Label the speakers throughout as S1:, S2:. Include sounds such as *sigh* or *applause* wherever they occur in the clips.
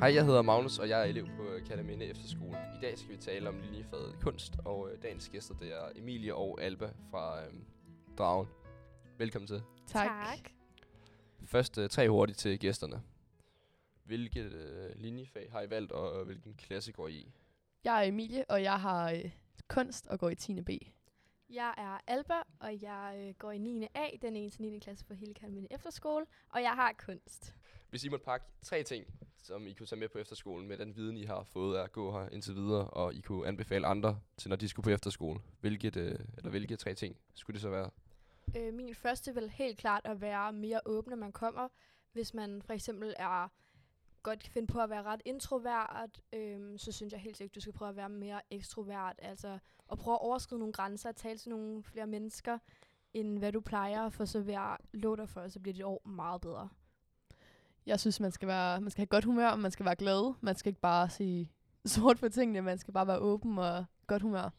S1: Hej, jeg hedder Magnus, og jeg er elev på øh, Kataminde Efterskole. I dag skal vi tale om linjefaget kunst, og øh, dagens gæster det er Emilie og Alba fra øh, Dragen. Velkommen til.
S2: Tak.
S1: Først øh, tre hurtigt til gæsterne. Hvilket øh, linjefag har I valgt, og øh, hvilken klasse går I i?
S2: Jeg er Emilie, og jeg har øh, kunst og går i 10. B.
S3: Jeg er Alba, og jeg øh, går i 9. A, den eneste 9. klasse på hele Kalmine Efterskole, og jeg har kunst.
S1: Hvis I måtte pakke tre ting, som I kunne tage med på efterskolen med den viden, I har fået af at gå her indtil videre, og I kunne anbefale andre til, når de skulle på efterskole, hvilket, øh, eller hvilke tre ting skulle det så være?
S3: Øh, min første vil helt klart at være mere åben, når man kommer. Hvis man for eksempel er godt kan finde på at være ret introvert, øh, så synes jeg helt sikkert, du skal prøve at være mere ekstrovert. Altså at prøve at overskride nogle grænser og tale til nogle flere mennesker, end hvad du plejer, for så vil jeg love dig for, at så bliver dit år meget bedre.
S2: Jeg synes, man skal, være, man skal have godt humør, og man skal være glad. Man skal ikke bare sige sort på tingene, man skal bare være åben og godt humør.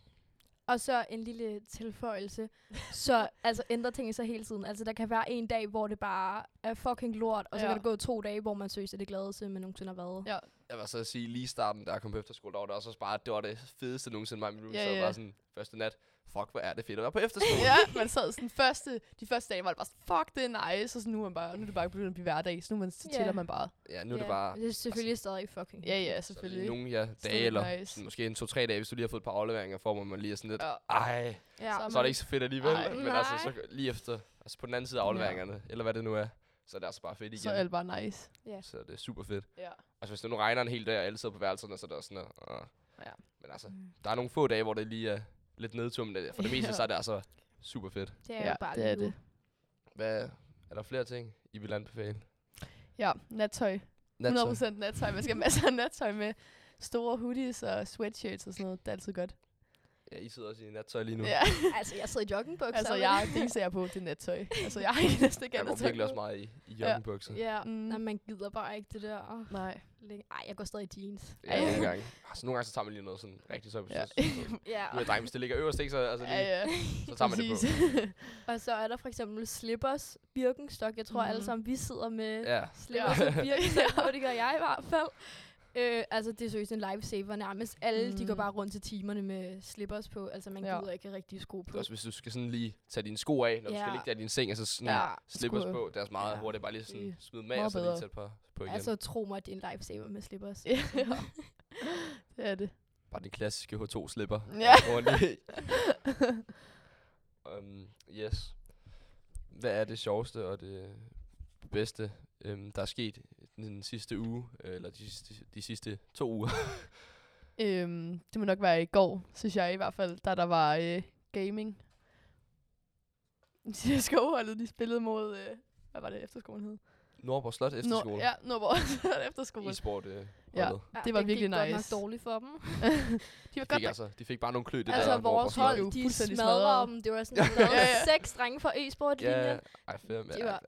S3: Og så en lille tilføjelse. Så altså ændrer tingene sig hele tiden. Altså der kan være en dag, hvor det bare er fucking lort, og så
S2: Ja.
S3: kan der gå to dage, hvor man søges af det gladeste, man nogensinde har været.
S2: Ja.
S1: jeg var så at sige, lige i starten, da jeg kom på efterskole, der var det også bare, at det var det fedeste nogensinde, mig og min roomie
S2: Ja,
S1: sad
S2: ja.
S1: bare sådan, første nat, fuck, hvor er det fedt at være på efterskole.
S2: *laughs* ja, man sad sådan første, de første dage var det bare sådan, fuck, det er nice, og så nu er, man bare, nu er det bare begyndt at blive hverdag, så nu er man, så
S3: Ja.
S2: tæller man bare.
S1: ja, nu er det bare
S3: Det er selvfølgelig stadig fucking
S2: Ja, ja,
S1: så er det lige
S2: selvfølgelig.
S1: nogle ja, dage,
S2: Stadig
S1: eller
S2: nice.
S1: sådan, måske en to-tre dage, hvis du lige har fået et par afleveringer for, hvor man lige er sådan lidt,
S2: Ja.
S1: ej,
S3: ja.
S1: så er det ikke så fedt alligevel.
S2: Ej.
S1: men altså,
S3: Nej.
S1: så lige efter, altså på den anden side af afleveringerne, eller hvad det nu er, så er det altså bare fedt igen.
S2: Så er alt bare nice.
S3: Ja.
S1: så er det super fedt.
S2: Ja.
S1: Altså hvis det nu regner en hel dag, og alle sidder på værelserne, så er det også sådan, at, uh.
S2: Ja.
S1: Men altså,
S3: Mm.
S1: der er nogle få dage, hvor det lige er lidt nedtur, men det- for
S2: *laughs*
S1: det meste,
S2: Ja.
S1: så er det altså super fedt.
S3: Det er
S2: Ja,
S3: jo bare
S2: det er
S3: livet.
S1: Hvad, er der flere ting, I vil anbefale?
S2: Ja, nattøj.
S1: Nattøj.
S2: 100% nattøj. Man skal have masser af nattøj med store hoodies og sweatshirts og sådan noget. Det er altid godt.
S1: Ja, I sidder også i nattøj lige nu.
S2: Ja.
S3: Altså, jeg sidder i joggingbukser.
S2: Altså,
S3: men-
S2: jeg, det eneste, jeg er på, det er nattøj. Altså, jeg har ikke næsten ikke
S1: Jeg
S2: andet
S1: går
S2: tøj
S1: virkelig også
S2: på.
S1: meget i, i joggingbukser. Ja.
S3: *laughs* Ja,
S2: Mm.
S3: mm. Nej, man gider bare ikke det der. Åh,
S2: Nej.
S3: længe. Ej, jeg går stadig i jeans.
S1: Ja, nogle gange. Altså, nogle gange så tager man lige noget sådan rigtig tøj på. Ja.
S2: Ja.
S3: *laughs* Ja.
S1: Du ved, dreng, hvis det ligger øverst, ikke, så, altså lige,
S2: Ja, ja.
S1: så tager man det på.
S3: Og så er der for eksempel slippers, birkenstok. Jeg tror
S2: Mhm.
S3: mm. alle sammen, vi sidder med
S1: Ja.
S3: slippers
S2: *laughs* Ja.
S3: og birkenstok, på, det gør jeg i hvert fald. Øh, altså, det er seriøst en lifesaver nærmest. Alle, mm. de går
S2: Mm.
S3: bare rundt til timerne med slippers på. Altså, man
S2: Ja.
S3: gider ikke rigtig sko på.
S1: Også hvis du skal sådan lige tage dine sko af, når du skal
S3: Ja.
S1: ligge der i din seng, og så sådan
S3: Ja,
S1: ja. slippers
S2: sko.
S1: på. Det er altså meget
S2: Ja.
S1: hurtigt bare lige sådan
S2: Det
S1: smide dem af,
S2: meget
S1: og så lige
S2: bedre.
S1: sætte på, på igen.
S3: Altså, tro mig, det er en lifesaver med slippers.
S2: *laughs*
S1: *laughs*
S2: Ja. det er det.
S1: Bare den klassiske H2-slipper.
S2: Ja. *laughs*
S1: um, yes. Hvad er det sjoveste og det bedste, um, der er sket den, den sidste uge, øh, eller de sidste, de sidste to uger?
S2: Øhm, det må nok være i går, synes jeg i hvert fald, da der var øh, gaming. *laughs* CSGO-holdet, de spillede mod, øh, hvad var det efterskolen hed?
S1: Nordborg Slot Efterskole.
S2: Nord- ja, Nordborg *laughs* efterskole.
S1: E-sport øh,
S2: Ja.
S1: holdet.
S3: Ja,
S2: Det var
S3: gik
S2: virkelig
S3: godt
S2: nice.
S3: nok dårligt for dem.
S2: de var
S1: De, fik
S2: godt nok
S1: altså, de fik bare nogle klø, det
S3: altså,
S1: der Nordborg
S3: vores
S1: Slot.
S2: Det
S3: hold,
S2: var
S3: de
S2: fuldstændig
S3: smadrede
S2: smadret.
S3: dem. Det var sådan, at
S2: Ja, ja.
S3: seks drenge fra e-sport
S1: Ja,
S3: linjen.
S1: ej, fem.
S3: De var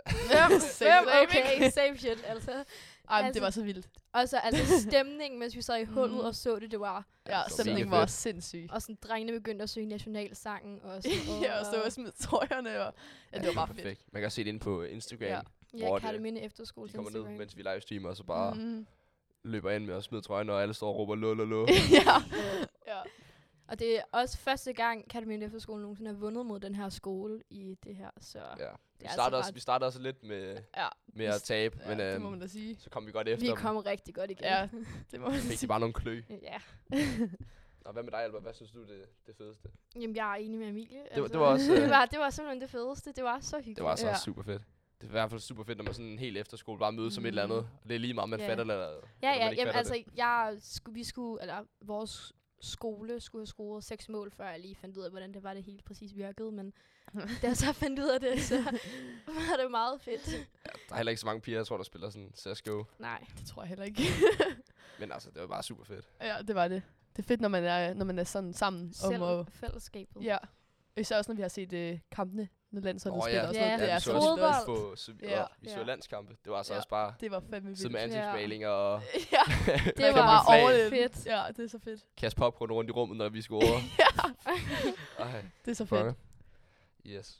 S2: Fem,
S3: fem,
S2: ikke?
S3: okay, same shit, altså.
S2: Ej, men
S3: Altså-
S2: det var så vildt.
S3: Og så altså stemningen, mens vi sad i hullet
S2: Mm.
S3: og så det, det var...
S2: Ja,
S1: så
S2: stemningen
S1: mega
S2: var
S1: fedt.
S2: sindssyg.
S3: Og sådan, drengene begyndte at synge nationalsangen og sådan
S2: *laughs* ja, og så var smidt trøjerne, og ja, det var bare fedt.
S1: perfekt. Man kan se det inde på Instagram.
S2: Ja.
S1: Ja. hvor
S3: Ja,
S1: det-
S3: Karteminde
S1: De
S3: efterskole.
S1: kommer ned,
S3: Instagram.
S1: mens vi livestreamer, og så bare mm.
S2: Mm. *laughs*
S1: løber ind med at smide trøjen, og alle står og råber lå, lå, lå.
S2: ja. ja.
S3: Og det er også første gang, Karteminde efterskole nogensinde har vundet mod den her skole i det her, så... Ja.
S1: Ja. Vi
S3: altså
S1: startede, også,
S3: ret-
S1: vi startede også lidt med,
S2: Ja.
S1: med at tabe,
S2: ja,
S1: men
S2: det må man
S1: øhm,
S2: da sige.
S1: så kom vi godt efter
S3: Vi
S1: dem.
S3: kom rigtig godt igen.
S2: Ja, det må man
S1: *laughs*
S2: da
S1: Fik de
S2: sige.
S1: bare nogle klø.
S3: *laughs* ja.
S1: Og hvad med dig, Alba? Hvad synes du det, det fedeste?
S3: Jamen, jeg er enig med Emilie. Altså,
S1: var- det var også, øh,
S3: *laughs* det, var, det var simpelthen det fedeste. Det var så hyggeligt.
S1: Det var altså
S2: Ja.
S1: ja. super fedt. Det er i hvert fald super fedt, når man sådan helt efter skole bare mødes som et eller andet. Og det er lige meget, om man
S3: Ja.
S1: fatter eller, eller
S3: Ja, ja,
S1: man ikke
S3: jamen,
S1: fatter det.
S3: altså, jeg skulle, vi skulle, eller vores skole skulle have scoret seks mål, før jeg lige fandt ud af, hvordan det var, det helt præcis virkede,
S2: *laughs*
S3: men da jeg så fandt ud af det, så var det meget fedt.
S1: Der er heller ikke så mange piger, jeg tror, der spiller sådan CSGO.
S3: Nej.
S2: Det tror jeg heller ikke. *laughs*
S1: Men altså, det var bare super fedt.
S2: ja, det var det. Det er fedt, når man er, når man er sådan sammen.
S3: Selv
S2: Om at,
S3: fællesskabet.
S2: ja. Især også, når vi har set øh, kampene, når landsholdet
S1: Åh,
S2: spiller. og sådan
S3: Ja,
S2: noget. det
S1: vi
S2: er
S1: så
S2: så
S3: også-
S2: vildt.
S3: Fodbold.
S1: på, så,
S2: Ja.
S1: ja. vi så
S3: Ja.
S1: landskampe. Det var altså
S2: Ja.
S1: også bare
S2: Det var fandme vildt.
S1: sidde med ansigtsmaling *laughs* og
S2: *laughs* ja,
S3: Det
S2: man
S3: var
S2: var
S3: så
S2: all in.
S3: fedt.
S2: Ja, det er så fedt.
S1: kaste popcorn rundt i rummet, når vi scorer.
S2: ja,
S3: *laughs*
S1: Ej,
S2: det er så fedt.
S1: fuck. Yes.
S2: *laughs*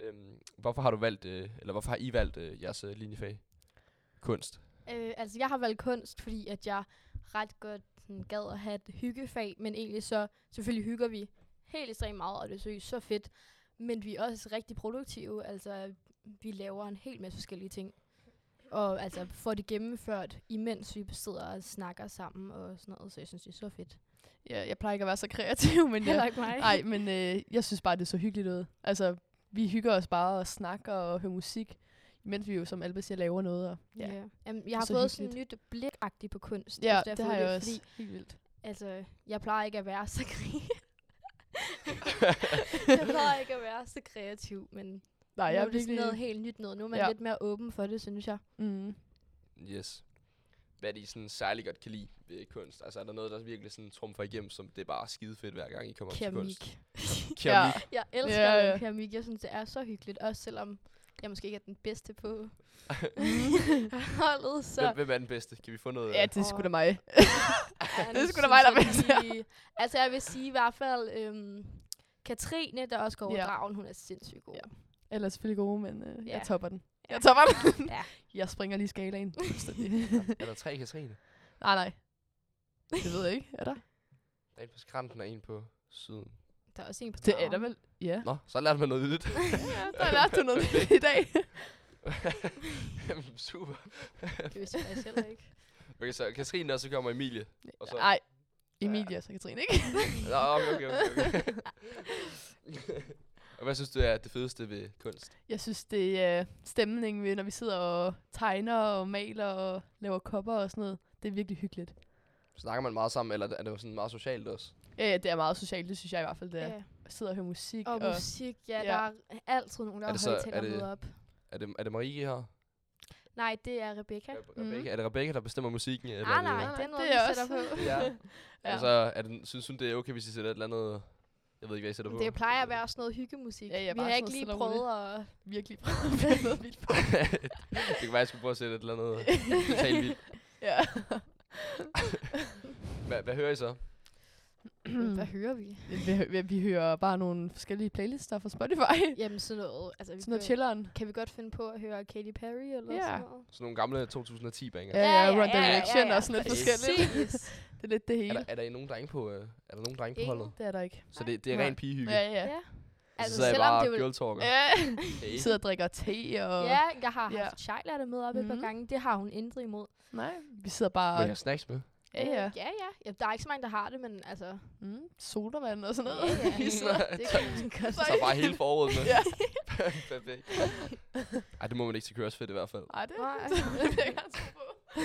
S1: Øhm, hvorfor har du valgt, øh, eller hvorfor har I valgt øh, jeres øh, linjefag? Kunst.
S3: Øh, altså, jeg har valgt kunst, fordi at jeg ret godt sådan, gad at have et hyggefag, men egentlig så, selvfølgelig hygger vi helt ekstremt meget, og det synes så fedt. Men vi er også rigtig produktive, altså vi laver en hel masse forskellige ting. Og altså får det gennemført, imens vi sidder og snakker sammen og sådan noget, så jeg synes, det er så fedt.
S2: Jeg, jeg plejer ikke at være så kreativ, men jeg,
S3: Heller ikke mig. *laughs*
S2: ej, men øh, jeg synes bare, det så hyggeligt ud. Altså, vi hygger os bare og snakker og hører musik, mens vi jo, som Alba siger, laver noget. Og, ja,
S3: Ja. Jamen, jeg har
S2: Så
S3: fået sådan et nyt blikagtigt på kunst. altså,
S2: ja
S3: efter jeg
S2: det
S3: har
S2: har
S3: fået
S2: jeg også.
S3: Fordi,
S2: Helt vildt.
S3: altså, jeg plejer ikke at være så kreativ.
S2: *laughs*
S3: jeg plejer ikke at være så kreativ, men
S2: Nej,
S3: nu
S2: jeg
S3: er
S2: er
S3: det sådan
S2: virkelig...
S3: noget helt nyt noget. Nu er man
S2: Ja.
S3: lidt mere åben for det, synes jeg.
S2: Mm.
S1: Yes. Hvad er det, I sådan særlig godt kan lide ved kunst? Altså er der noget, der virkelig sådan trumfer igennem, som det er bare skide fedt, hver gang I kommer til kunst?
S3: Keramik.
S2: *laughs* Ja.
S1: Keramik.
S3: Jeg elsker
S2: Ja,
S3: ja,
S2: ja.
S3: ja. keramik. Jeg synes, det er så hyggeligt. Også selvom jeg måske ikke er den bedste
S1: *laughs*
S3: på holdet, så...
S1: Hvem, hvem er den bedste? Kan vi få noget?
S2: ja,
S1: øh,
S2: det er sgu
S3: Og-
S2: da mig. *laughs*
S3: Ja,
S2: Det
S3: nu
S2: er sgu da
S3: synes
S2: mig, der
S3: jeg
S2: er bedst
S3: lige- Altså, jeg vil sige i hvert fald, øhm, Katrine, der også går over
S2: Ja.
S3: dragen, hun er sindssygt god.
S2: Ja. Ellers selvfølgelig gode, men øh, jeg
S3: Ja.
S2: topper den.
S3: Ja.
S2: Jeg topper den.
S3: Ja.
S2: *laughs* jeg springer lige skalaen. fuldstændig.
S1: Er der tre Katrine?
S2: nej, nej. Det ved jeg ikke. Er der?
S1: Der er en på skranten og en på syden.
S3: Der er også en på
S2: Det
S3: dragen.
S2: er der
S3: *laughs*
S2: vel. Ja.
S1: Nå, så lærte man noget nyt. *laughs*
S2: ja der lærte du noget nyt i dag.
S1: Jamen, Super. *laughs*
S3: Det vidste jeg faktisk heller ikke.
S1: Okay, så Katrine, og så kommer Emilie. Og så...
S2: Nej. Emilie og så Katrine, ikke?
S1: Nå, okay, okay, okay. okay. *laughs* og hvad synes du er det fedeste ved kunst?
S2: Jeg synes, det er stemningen ved, når vi sidder og tegner og maler og laver kopper og sådan noget. Det er virkelig hyggeligt.
S1: Snakker man meget sammen, eller er det jo sådan meget socialt også?
S2: Ja, ja, det er meget socialt, det synes jeg i hvert fald, det er.
S3: Ja.
S2: Sidder og hører musik.
S3: Og musik, ja,
S2: Ja.
S3: ja, der er altid nogen, der
S1: Er
S3: har
S1: det så-
S3: højtaler
S1: er det-
S3: med op.
S1: Er det, er det Marie her?
S3: Nej, det er Rebecca.
S1: Re- Rebecca? Er det Rebecca, der bestemmer musikken? Eller
S3: Ah,
S1: er det,
S3: Mm-hmm. nej,
S2: Nej,
S3: den
S2: det
S3: måde,
S2: er
S3: vi
S2: jeg
S3: sætter på.
S2: også.
S3: *laughs*
S1: Ja.
S2: Ja.
S1: ja. Altså, er det, synes hun, det er okay, hvis I sætter et eller andet... Jeg ved ikke, hvad I *laughs* sætter på.
S3: Det plejer at være sådan noget hyggemusik.
S2: Ja, ja,
S3: vi
S2: bare
S3: har
S2: sådan
S3: ikke
S2: noget
S3: lige
S2: stille og
S3: prøvet at...
S2: virkelig *laughs* prøvet noget vildt på.
S1: *laughs* det kan være, jeg skulle prøve at sætte et eller andet totalt vildt.
S2: Ja.
S1: Hvad, hvad hører I så?
S3: Hvad hører vi?
S2: vi, vi, vi hører bare nogle forskellige playlister fra Spotify.
S3: Jamen sådan noget... Altså, vi
S2: Sådan noget
S3: kan-
S2: chilleren.
S3: Kan vi godt finde på at høre Katy Perry eller
S2: Ja.
S3: sådan noget?
S1: Sådan nogle gamle 2010-banger?
S2: Ja, ja, Run the Direction og sådan lidt
S1: præcis.
S2: forskelligt. Det er lidt det
S1: Er,
S2: hele.
S1: der, er der nogen drenge på, øh, er der nogen drenge på
S3: Ingen.
S1: holdet?
S2: Det er der ikke.
S1: Så det, det er
S2: Nej.
S1: ren pigehygge?
S2: Ja, *laughs* ja.
S3: Ja.
S1: Altså,
S3: Altså,
S1: så sidder jeg
S3: selvom
S1: bare
S3: det
S1: og
S3: vil-
S1: girl talker.
S2: ja.
S1: Okay.
S2: Vi sidder og drikker te og...
S3: Ja, jeg har
S2: Ja.
S3: haft Shaila der med op et par
S2: Mhm.
S3: gange. Det har hun intet imod. Øh,
S2: Nej, vi sidder bare...
S1: Må jeg have snacks med?
S2: Ja, ja.
S3: Ja, ja. ja. Der er ikke så mange, der har det, men altså...
S2: Mm, sodavand og sådan
S3: Ja,
S2: noget. *laughs*
S3: ja.
S2: Vi sidder-
S3: det kan man godt.
S1: Så bare hele foråret med.
S2: Ja.
S1: *laughs* Perfekt. Ej, det må man ikke til køresfedt i hvert fald.
S2: Ej, det
S3: Nej.
S2: det vil jeg gerne tro på.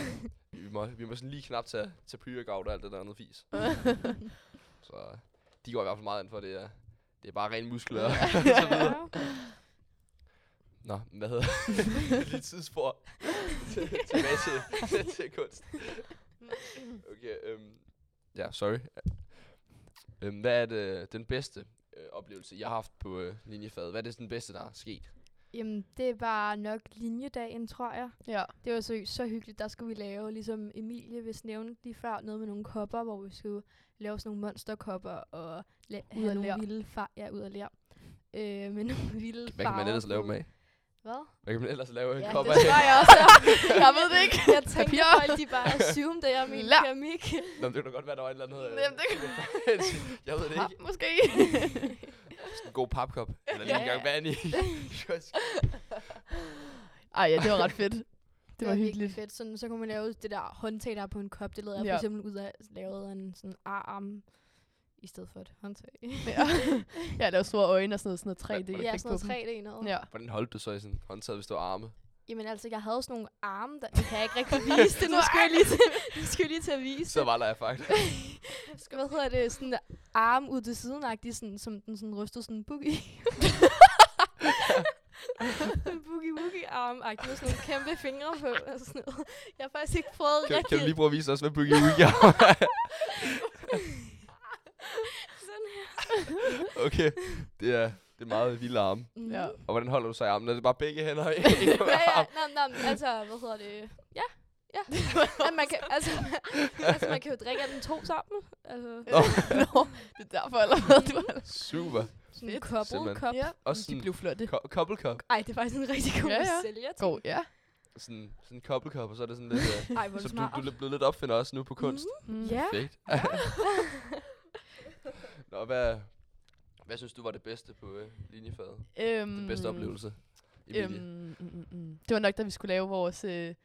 S1: Vi må, vi må sådan lige knap tage, tage pre-workout og alt det der andet fis. Så de går i hvert fald meget ind for det. Er, det er bare ren muskler og så videre. Nå, hvad hedder *laughs* det? Lige tidsspor. Til- Tilbage til, *laughs* til kunst. Okay, øhm, ja, sorry. Øhm, hvad er det, den bedste øh, oplevelse, jeg har haft på øh, linjefaget? Hvad er det sådan, den bedste, der er sket?
S3: Jamen, det var nok linjedagen, tror jeg.
S2: Ja.
S3: Det var så, så hyggeligt. Der skulle vi lave, ligesom Emilie hvis nævnte lige før, noget med nogle kopper, hvor vi skulle lave sådan nogle monsterkopper og la-
S2: af
S3: have nogle
S2: ler.
S3: vilde far- ja, ud af lær. Øh, med *laughs* nogle vilde
S1: Hvad kan man ellers
S3: farver
S1: lave
S3: på.
S1: med?
S3: Hvad?
S1: Hvad kan man ellers lave en
S3: Ja,
S1: kop
S3: det
S1: af?
S3: tror jeg også.
S2: *laughs* Jeg ved det ikke.
S3: *laughs* Jeg tænkte,
S2: Papir.
S3: folk de bare
S2: *laughs*
S3: assume, det er min
S2: Lær.
S3: keramik.
S1: Nå, men det kunne da godt være, der var et eller andet... øh,
S2: Jamen, det
S1: *laughs* jeg ved det
S2: Pap,
S1: ikke.
S2: Ah, måske.
S1: Sådan en god papkop. Eller lige en
S3: Ja.
S1: gang vand
S3: *laughs*
S1: i. Kiosk.
S2: Ej, ja, det var ret fedt. Det var
S3: virkelig
S2: hyggeligt.
S3: Fedt. Sådan, så kunne man lave det der håndtag, der er på en kop. Det lavede jeg
S2: Ja.
S3: for eksempel ud af lavet af en sådan arm i stedet for et håndtag.
S2: Ja. *laughs* ja, der var store øjne og sådan noget, sådan noget 3D.
S1: Ja,
S3: ja,
S2: effekt
S3: sådan noget
S2: på
S3: 3D
S2: dem.
S3: noget.
S2: Ja.
S1: Hvordan holdt du så i sådan håndtaget, hvis du har arme?
S3: Jamen altså, jeg havde sådan nogle arme, der det kan jeg ikke rigtig vise *laughs* det. Nu skal jeg lige til, nu skal jeg lige til at vise
S1: Så var der jeg faktisk.
S3: det. Hvad hedder det? Sådan en arm ud til siden, sådan, som den sådan rystede sådan en boogie. *laughs* En boogie woogie arm med sådan nogle kæmpe fingre på og sådan noget. Jeg har faktisk ikke prøvet
S1: Kan, kan
S3: rigtig
S1: du lige prøve at vise os, hvad Boogie Woogie er? *laughs*
S3: sådan her.
S1: Okay, det er, det er meget vilde arme.
S3: Mm.
S2: Ja.
S1: Og hvordan holder du så i armen? Er det bare begge hænder? *laughs* og en på
S3: *laughs* ja,
S1: hver
S3: ja,
S1: arm?
S3: nej, nej, men altså, hvad hedder det? Ja, ja. At man kan, altså, altså, man kan jo drikke af dem to sammen. Altså,
S1: Nå.
S2: *laughs* Nå, det er derfor allerede, du har...
S1: Super.
S3: sådan en
S2: Fedt.
S3: couple
S1: Simpelthen.
S3: cup.
S2: Ja,
S1: Også
S2: de
S1: sådan
S2: blev flotte.
S1: ko- couple cup.
S3: Ej, det er faktisk en rigtig god
S2: Ja,
S3: ja,
S2: ja.
S3: ja. sælger.
S2: God, ja.
S1: sådan, sådan en kobbelkop, og så er det sådan lidt... Øh,
S3: Ej, hvor er
S1: så
S3: det
S1: du,
S3: smart.
S1: du er lidt- blevet lidt opfinder også nu på kunst.
S2: Mm.
S3: Ja.
S1: Perfekt. Nå, hvad, hvad synes du var det bedste på øh, linjefaget?
S2: Øhm,
S1: Den
S3: Mm.
S1: bedste oplevelse, Emilie?
S2: Øhm, mm, mm, mm. Det var nok, da vi skulle lave vores øh,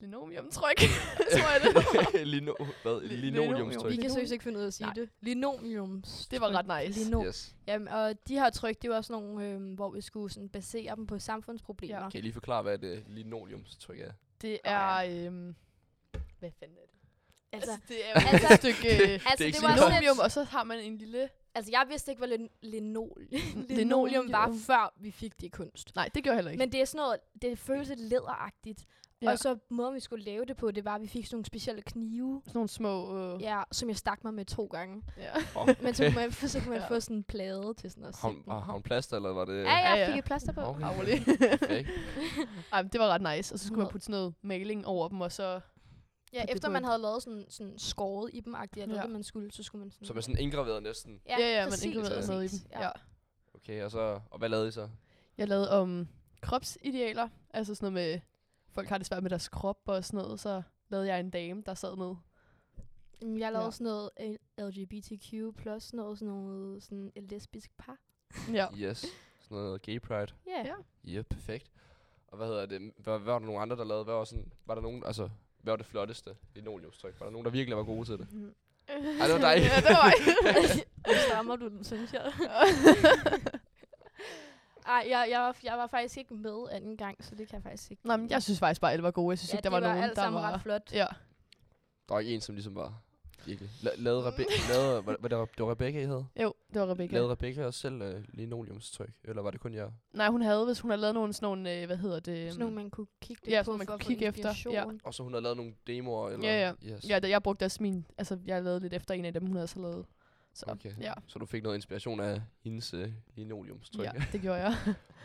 S2: linoleumtryk, *laughs*
S3: *laughs*
S2: tror jeg
S1: *laughs*
S2: det var.
S1: Lino, hvad?
S2: Li-
S3: Vi
S1: Linoleumstryk.
S3: kan
S2: Linoleum.
S3: seriøst ikke finde ud af at sige
S2: Nej.
S3: det. Linoleums.
S2: Det var ret nice.
S3: Lino.
S1: Yes.
S3: Jamen, og de her tryk, det var sådan nogle, øhm, hvor vi skulle sådan basere dem på samfundsproblemer.
S2: Ja.
S3: Ja.
S1: Kan I lige forklare, hvad et øh, linoleumstryk
S3: *laughs*
S1: er?
S2: Det
S3: Nå,
S2: er...
S3: ja.
S2: Øhm, hvad fanden er det?
S3: Altså,
S2: det er
S3: altså-
S2: altså, et stykke øh,
S3: altså,
S1: er
S3: det,
S1: ikke
S3: det
S1: sådan
S3: var
S1: noget.
S3: sådan
S2: linoleum,
S3: lidt,
S2: og så har man en lille...
S3: altså, jeg vidste ikke, hvad lin- linol- linoleum
S2: Linoleum.
S3: var, før vi fik det i kunst.
S2: Nej, det gjorde jeg heller ikke.
S3: Men det er sådan noget, det føles lidt læderagtigt. Ja.
S2: Ja.
S3: Og så måden, vi skulle lave det på, det var, at vi fik sådan nogle specielle knive,
S2: sådan nogle små... Øh,
S3: ja, som jeg stak mig med to gange.
S2: ja.
S1: Oh,
S3: Men
S1: *laughs*
S3: så kunne man, *laughs* så kunne man
S2: Ja.
S3: få sådan en plade til sådan at
S1: har,
S3: sætte
S1: hun,
S3: den.
S1: har har hun plaster, eller var det...
S3: Ja, ja, jeg
S2: Ja,
S3: fik
S2: ja.
S3: et plaster på.
S1: ah. Okay. *laughs*
S2: Arvelig.
S1: Perfekt.
S2: Ej, men det var ret nice. Og så skulle man
S3: Nå.
S2: putte sådan noget maling over dem, og så...
S3: Ja,
S2: Putte det
S3: efter
S2: på
S3: man
S2: en-
S3: havde lavet sådan, sådan skåret i dem, agtigt, eller
S2: Ja.
S3: det man skulle, så skulle man sådan...
S1: Så man sådan indgraveret næsten.
S2: Ja, ja, ja man
S3: præcis,
S2: inkluderede noget i
S3: præcis,
S2: dem. Ja.
S1: Okay, og, så, og hvad lavede I så?
S2: Jeg lavede om kropsidealer. Altså sådan noget med... Folk har det svært med deres krop og sådan noget. Så lavede jeg en dame, der sad ned.
S3: Mm, Jeg lavede
S2: Ja.
S3: sådan noget øh, LGBTQ+, plus noget sådan noget sådan et lesbisk par.
S2: Ja.
S1: Yes. Sådan noget gay pride.
S3: Yeah.
S2: Ja.
S1: Ja, yep, perfekt. Og hvad hedder det? Hvad, hvad var der nogle andre, der lavede? Hvad var, sådan, var der nogen, altså, hvad var det flotteste linoleumstryk? Var der nogen, der virkelig var gode til det?
S2: Mm-hmm.
S3: *laughs*
S1: Ej, det var dig.
S2: *laughs* ja, det var jeg.
S3: Stammer du den, synes jeg. *laughs* Ej, jeg, jeg, var, jeg var faktisk ikke med anden gang, så det kan jeg faktisk ikke.
S2: Nå, men jeg synes faktisk bare, at alle var gode. Jeg synes
S3: ja,
S2: ikke, der var,
S3: det var
S2: nogen,
S3: alt
S2: der
S3: sammen
S2: var...
S3: ret flot.
S2: Ja.
S1: Der var ikke en, som ligesom var virkelig... La- lavede Rebe- lavede, hvad, hvad, det var, det var Rebecca, I havde?
S2: Jo, det var Rebecca.
S1: Lavede Rebecca også selv øh, linoleumstryk? Eller var det kun jer?
S2: Nej, hun havde, hvis hun havde lavet nogle sådan nogle, øh, hvad hedder det?
S3: Sådan nogle, man kunne kigge lidt
S2: ja,
S3: på
S2: sådan man
S3: for
S2: kunne
S3: at få
S2: kigge efter, ja.
S3: inspiration.
S1: Og så hun havde lavet nogle demoer? Eller?
S2: Ja,
S1: Yes.
S2: Ja, da jeg brugte også min, altså jeg lavede lidt efter en af dem, hun havde så lavet. Så,
S1: Okay.
S2: ja.
S1: Så du fik noget inspiration af hendes øh, linoleumstryk?
S2: ja, det gjorde jeg.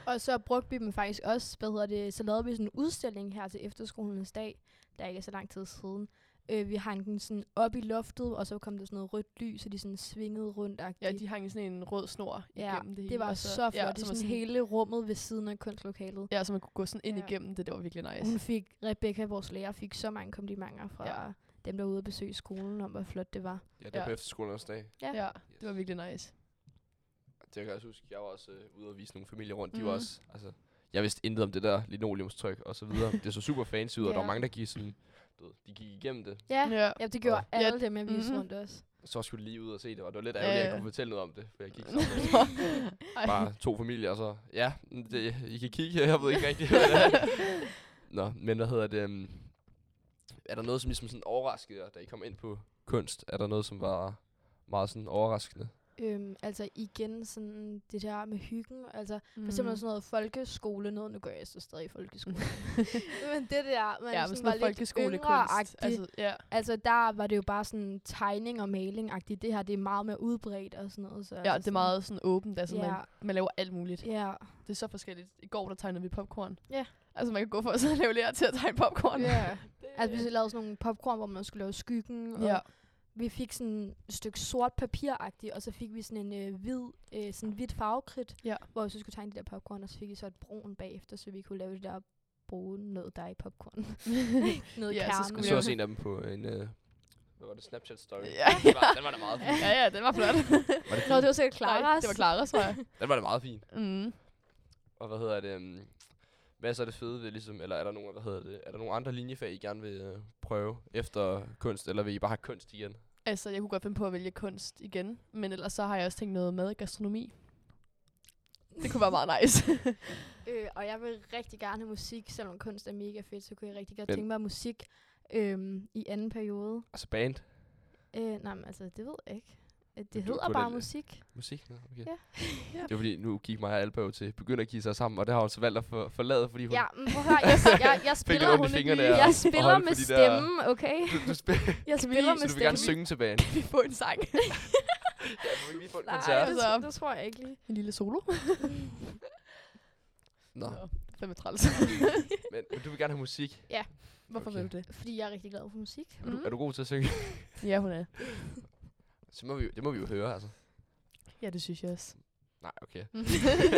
S3: Og så brugte vi dem faktisk også, hvad hedder det, så lavede vi sådan en udstilling her til efterskolens dag, der ikke er så lang tid siden. Øh, vi hang den sådan op i loftet, og så kom der sådan noget rødt lys, og de sådan svingede rundt.
S2: Ja, de hang i sådan en rød snor
S3: Ja,
S2: igennem det hele.
S3: det var
S2: og
S3: så, så flot. Ja,
S2: Ja,
S3: det
S2: så
S3: var
S2: man
S3: sådan hele rummet ved siden af kunstlokalet.
S2: Ja, så man kunne gå sådan ind
S3: Ja.
S2: ja. igennem det, det var virkelig nice.
S3: Hun fik, Rebecca, vores lærer, fik så mange komplimenter fra ja.
S2: Ja.
S3: dem, der var ude at besøge skolen, om hvor flot det var.
S1: *laughs* Ja, det var
S2: Ja.
S1: på efterskolernes dag.
S3: Ja.
S2: Ja, det var virkelig nice.
S1: Det kan jeg også huske. Jeg var også øh, ude og vise nogle familier rundt. Mm. De var
S3: Mhm.
S1: også, altså, jeg vidste intet om det der linoleumstryk og så
S2: *laughs*
S1: videre. det så super fancy ud, og der
S3: Ja.
S1: var mange, der gik sådan, du ved, de gik igennem det.
S3: Ja, ja.
S2: Ja.
S3: ja det gjorde
S1: Og-
S3: ja. alle dem, jeg viste
S2: Mhm.
S3: rundt også.
S1: Så skulle de lige ud og se det, og det var lidt
S2: Ja,
S1: ærgerligt, at jeg
S2: ja.
S1: kunne fortælle noget om det, for jeg gik sammen med
S2: Nå. *laughs* Ej.
S1: bare to familier, og så, ja, det, I kan kigge, jeg ved ikke
S2: *laughs*
S1: rigtig, hvad det er. Nå, men hvad hedder det, um, er der noget, som ligesom sådan overraskede jer, da I kom ind på kunst? Er der noget, som var meget sådan overraskende?
S3: Øhm, altså igen sådan det der med hyggen. Altså for
S2: Mm.
S3: eksempel sådan noget folkeskole noget. Nu går jeg så stadig i
S2: *laughs*
S3: folkeskole. men det der, man
S2: Ja,
S3: sådan
S2: men sådan
S3: var
S2: noget
S3: lidt
S2: folkeskolekunst.
S3: yngre altså.
S2: Altså, ja.
S3: altså der var det jo bare sådan tegning og maling -agtigt. Det her, det er meget mere udbredt og sådan noget. Så
S2: ja,
S3: altså
S2: det er meget sådan åbent, altså
S3: Ja.
S2: man, man laver alt muligt.
S3: Sådan, ja,
S2: Det er så forskelligt. I går, der tegnede vi popcorn.
S3: Ja.
S2: Altså man kan gå for at sidde og lave lærer til at tegne popcorn.
S3: Ja. Altså, vi lavede sådan nogle popcorn, hvor man skulle lave skyggen, og
S2: *laughs* ja.
S3: vi fik sådan et stykke sort papiragtigt, og så fik vi sådan en øh, hvid, øh, sådan hvidt farvekridt,
S2: Ja.
S3: hvor vi så skulle tegne de der popcorn, og så fik vi så et brun bagefter, så vi kunne lave det der brune noget dej
S2: *laughs*
S3: popcorn. noget
S2: Ja, så
S3: kerne.
S1: Jeg
S2: skulle
S1: så
S2: vi-
S1: også en af dem på en, øh, hvad var det, Snapchat-story?
S2: Ja.
S1: Den, var, den var da meget fin.
S2: *laughs* ja, ja, den var flot.
S1: Var
S3: *laughs*
S1: det
S3: Nå,
S1: fin?
S3: det var selv Klaras.
S2: Nej, det var Clara, tror jeg.
S1: Den var da meget fin.
S2: Mm.
S1: Og hvad hedder det, um, hvad er så det fede ved, ligesom, eller er der nogen, hvad hedder det, er der nogle andre linjefag, I gerne vil øh, prøve efter kunst, eller vil I bare have kunst igen?
S2: Altså, jeg kunne godt finde på at vælge kunst igen, men ellers så har jeg også tænkt noget med gastronomi. Det kunne være meget nice. *laughs*
S3: Øh, og jeg vil rigtig gerne have musik, selvom kunst er mega fedt, så kunne jeg rigtig godt
S1: Men-
S3: tænke mig musik øhm, i anden periode.
S1: Altså band,
S3: Øh, nej, men altså, det ved jeg ikke. Øh, Det
S1: du
S3: hedder
S1: kunne
S3: bare
S1: da-
S3: musik.
S1: musik? Nå, okay.
S3: Ja.
S2: Ja.
S1: Det var fordi, nu gik mig og Alba jo til begynder at give sig sammen, og det har hun så valgt at for, forlade, fordi hun...
S3: *laughs* Ja, men prøv at høre, jeg, jeg,
S1: *laughs* Fik
S3: jeg spiller,
S1: lidt ondt i
S2: hun et
S1: fingrene
S2: nye-
S1: af
S2: Ja,
S1: at-
S3: jeg
S1: at
S3: spiller
S1: holde
S3: med
S1: på de der-
S3: stemmen, okay?
S1: *laughs* Du, du spiller,
S3: Jeg spiller med
S1: *laughs* så du vil gerne
S3: stemme.
S1: synge til banen.
S3: *laughs*
S2: vi får en
S1: *laughs*
S2: sang.
S1: Ja, du vil lige få en
S3: Nej,
S1: koncert.
S3: det,
S2: Altså-
S3: tr- det tror jeg ikke lige. *laughs*
S2: En lille solo.
S1: Nå,
S2: *laughs* Fem træls.
S1: men, men du vil gerne have musik.
S2: Hvorfor
S1: Okay.
S2: okay. vil du det?
S3: Fordi jeg er rigtig glad for musik.
S1: Er, du,
S2: Mhm.
S1: er du god til at synge?
S2: Ja, hun er.
S1: Så må vi, jo- det må vi jo høre, altså.
S2: Ja, det synes jeg også.
S1: Nej, okay.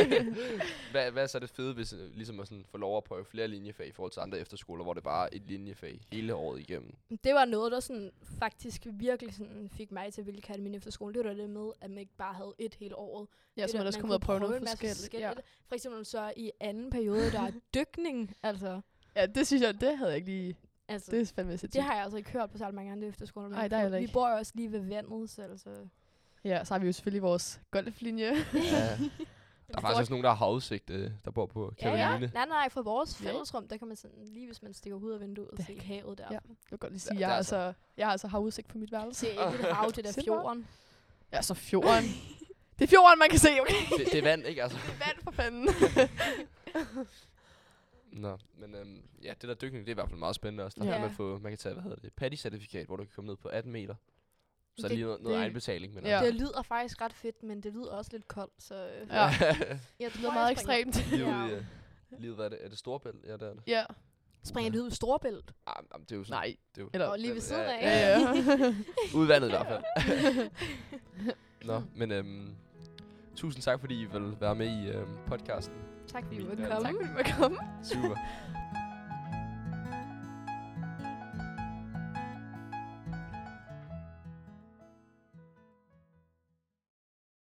S1: *laughs* hvad, hvad er så det fede, hvis øh, ligesom at sådan, få lov at prøve flere linjefag i forhold til andre efterskoler, hvor det bare er et linjefag hele året
S2: *laughs*
S1: igennem?
S3: Det var noget, der sådan faktisk virkelig sådan fik mig til at ville kalde min efterskole. Det var det med, at man ikke bare havde et hele året.
S2: ja, så
S3: det
S2: må man også komme ud og prøve noget forskelligt. Ja.
S3: Ja. For eksempel så i anden periode,
S2: *laughs*
S3: der er dykning. Altså,
S2: ja, det synes jeg, det havde jeg ikke lige...
S3: altså
S2: Det
S3: det,
S2: er fandme sindssygt.
S3: det, har jeg altså ikke hørt på særlig mange andre efterskoler. man
S2: Ej,
S3: har
S2: der er
S3: gjort.
S2: heller
S3: Vi
S2: ikke.
S3: bor jo også lige ved vandet, så altså...
S2: Ja, så har vi jo selvfølgelig vores golflinje.
S1: Ja. Der er faktisk også nogen, der har havudsigt, øh, der bor på
S3: Ja, ja.
S1: Karoline.
S3: Nej, nej, fra vores
S2: Ja.
S3: fællesrum, der kan man sådan, lige hvis man stikker ud af vinduet,
S2: Det
S3: se havet der.
S2: Ja.
S3: Ja.
S2: Jeg vil godt lige
S1: Der-
S2: sige,
S1: der
S2: jeg,
S1: er
S2: er altså, jeg har altså havudsigt på mit værelse.
S3: Se ikke et hav, det der
S2: Sind bare.
S3: fjorden.
S2: Ja, så fjorden. *laughs* det er fjorden, man kan se, okay?
S1: Det, det er vand, ikke? Altså.
S2: *laughs* Det er vand for fanden.
S1: *laughs* Nå, men øhm, ja, det der dykning, det er i hvert fald meget spændende også. Der
S2: Ja.
S1: kan man, få, man kan tage, hvad hedder det, paddy-certifikat, hvor du kan komme ned på 18 meter. Så er det
S3: Det-
S1: lige noget, noget
S2: det-
S1: egenbetaling. Men altså.
S2: Ja.
S3: Ja. Det lyder faktisk ret fedt, men det lyder også lidt koldt, så... øh,
S2: Ja.
S3: Jeg
S1: *laughs*
S2: Det lyder meget
S3: jeg springer-
S2: ekstremt.
S1: Livet,
S3: Ja.
S1: ja. livet, øh, hvad er det? Er det storbælt? Ja, det er det.
S2: ja.
S3: Springer
S1: Ja.
S3: det ud i storbælt?
S1: Ah, jamen, det er jo sådan.
S2: Nej.
S1: Det er jo,
S2: Eller,
S3: Og lige
S1: Ja,
S3: ved siden
S1: ja,
S3: af.
S2: ja, ja. *laughs*
S1: Udvandet i hvert fald. Nå, men øhm, tusind tak, fordi I vil være med i øhm, podcasten.
S3: *laughs* tak fordi
S1: Min
S3: du måtte
S1: verden.
S3: komme.
S2: tak fordi du måtte komme.
S1: Super.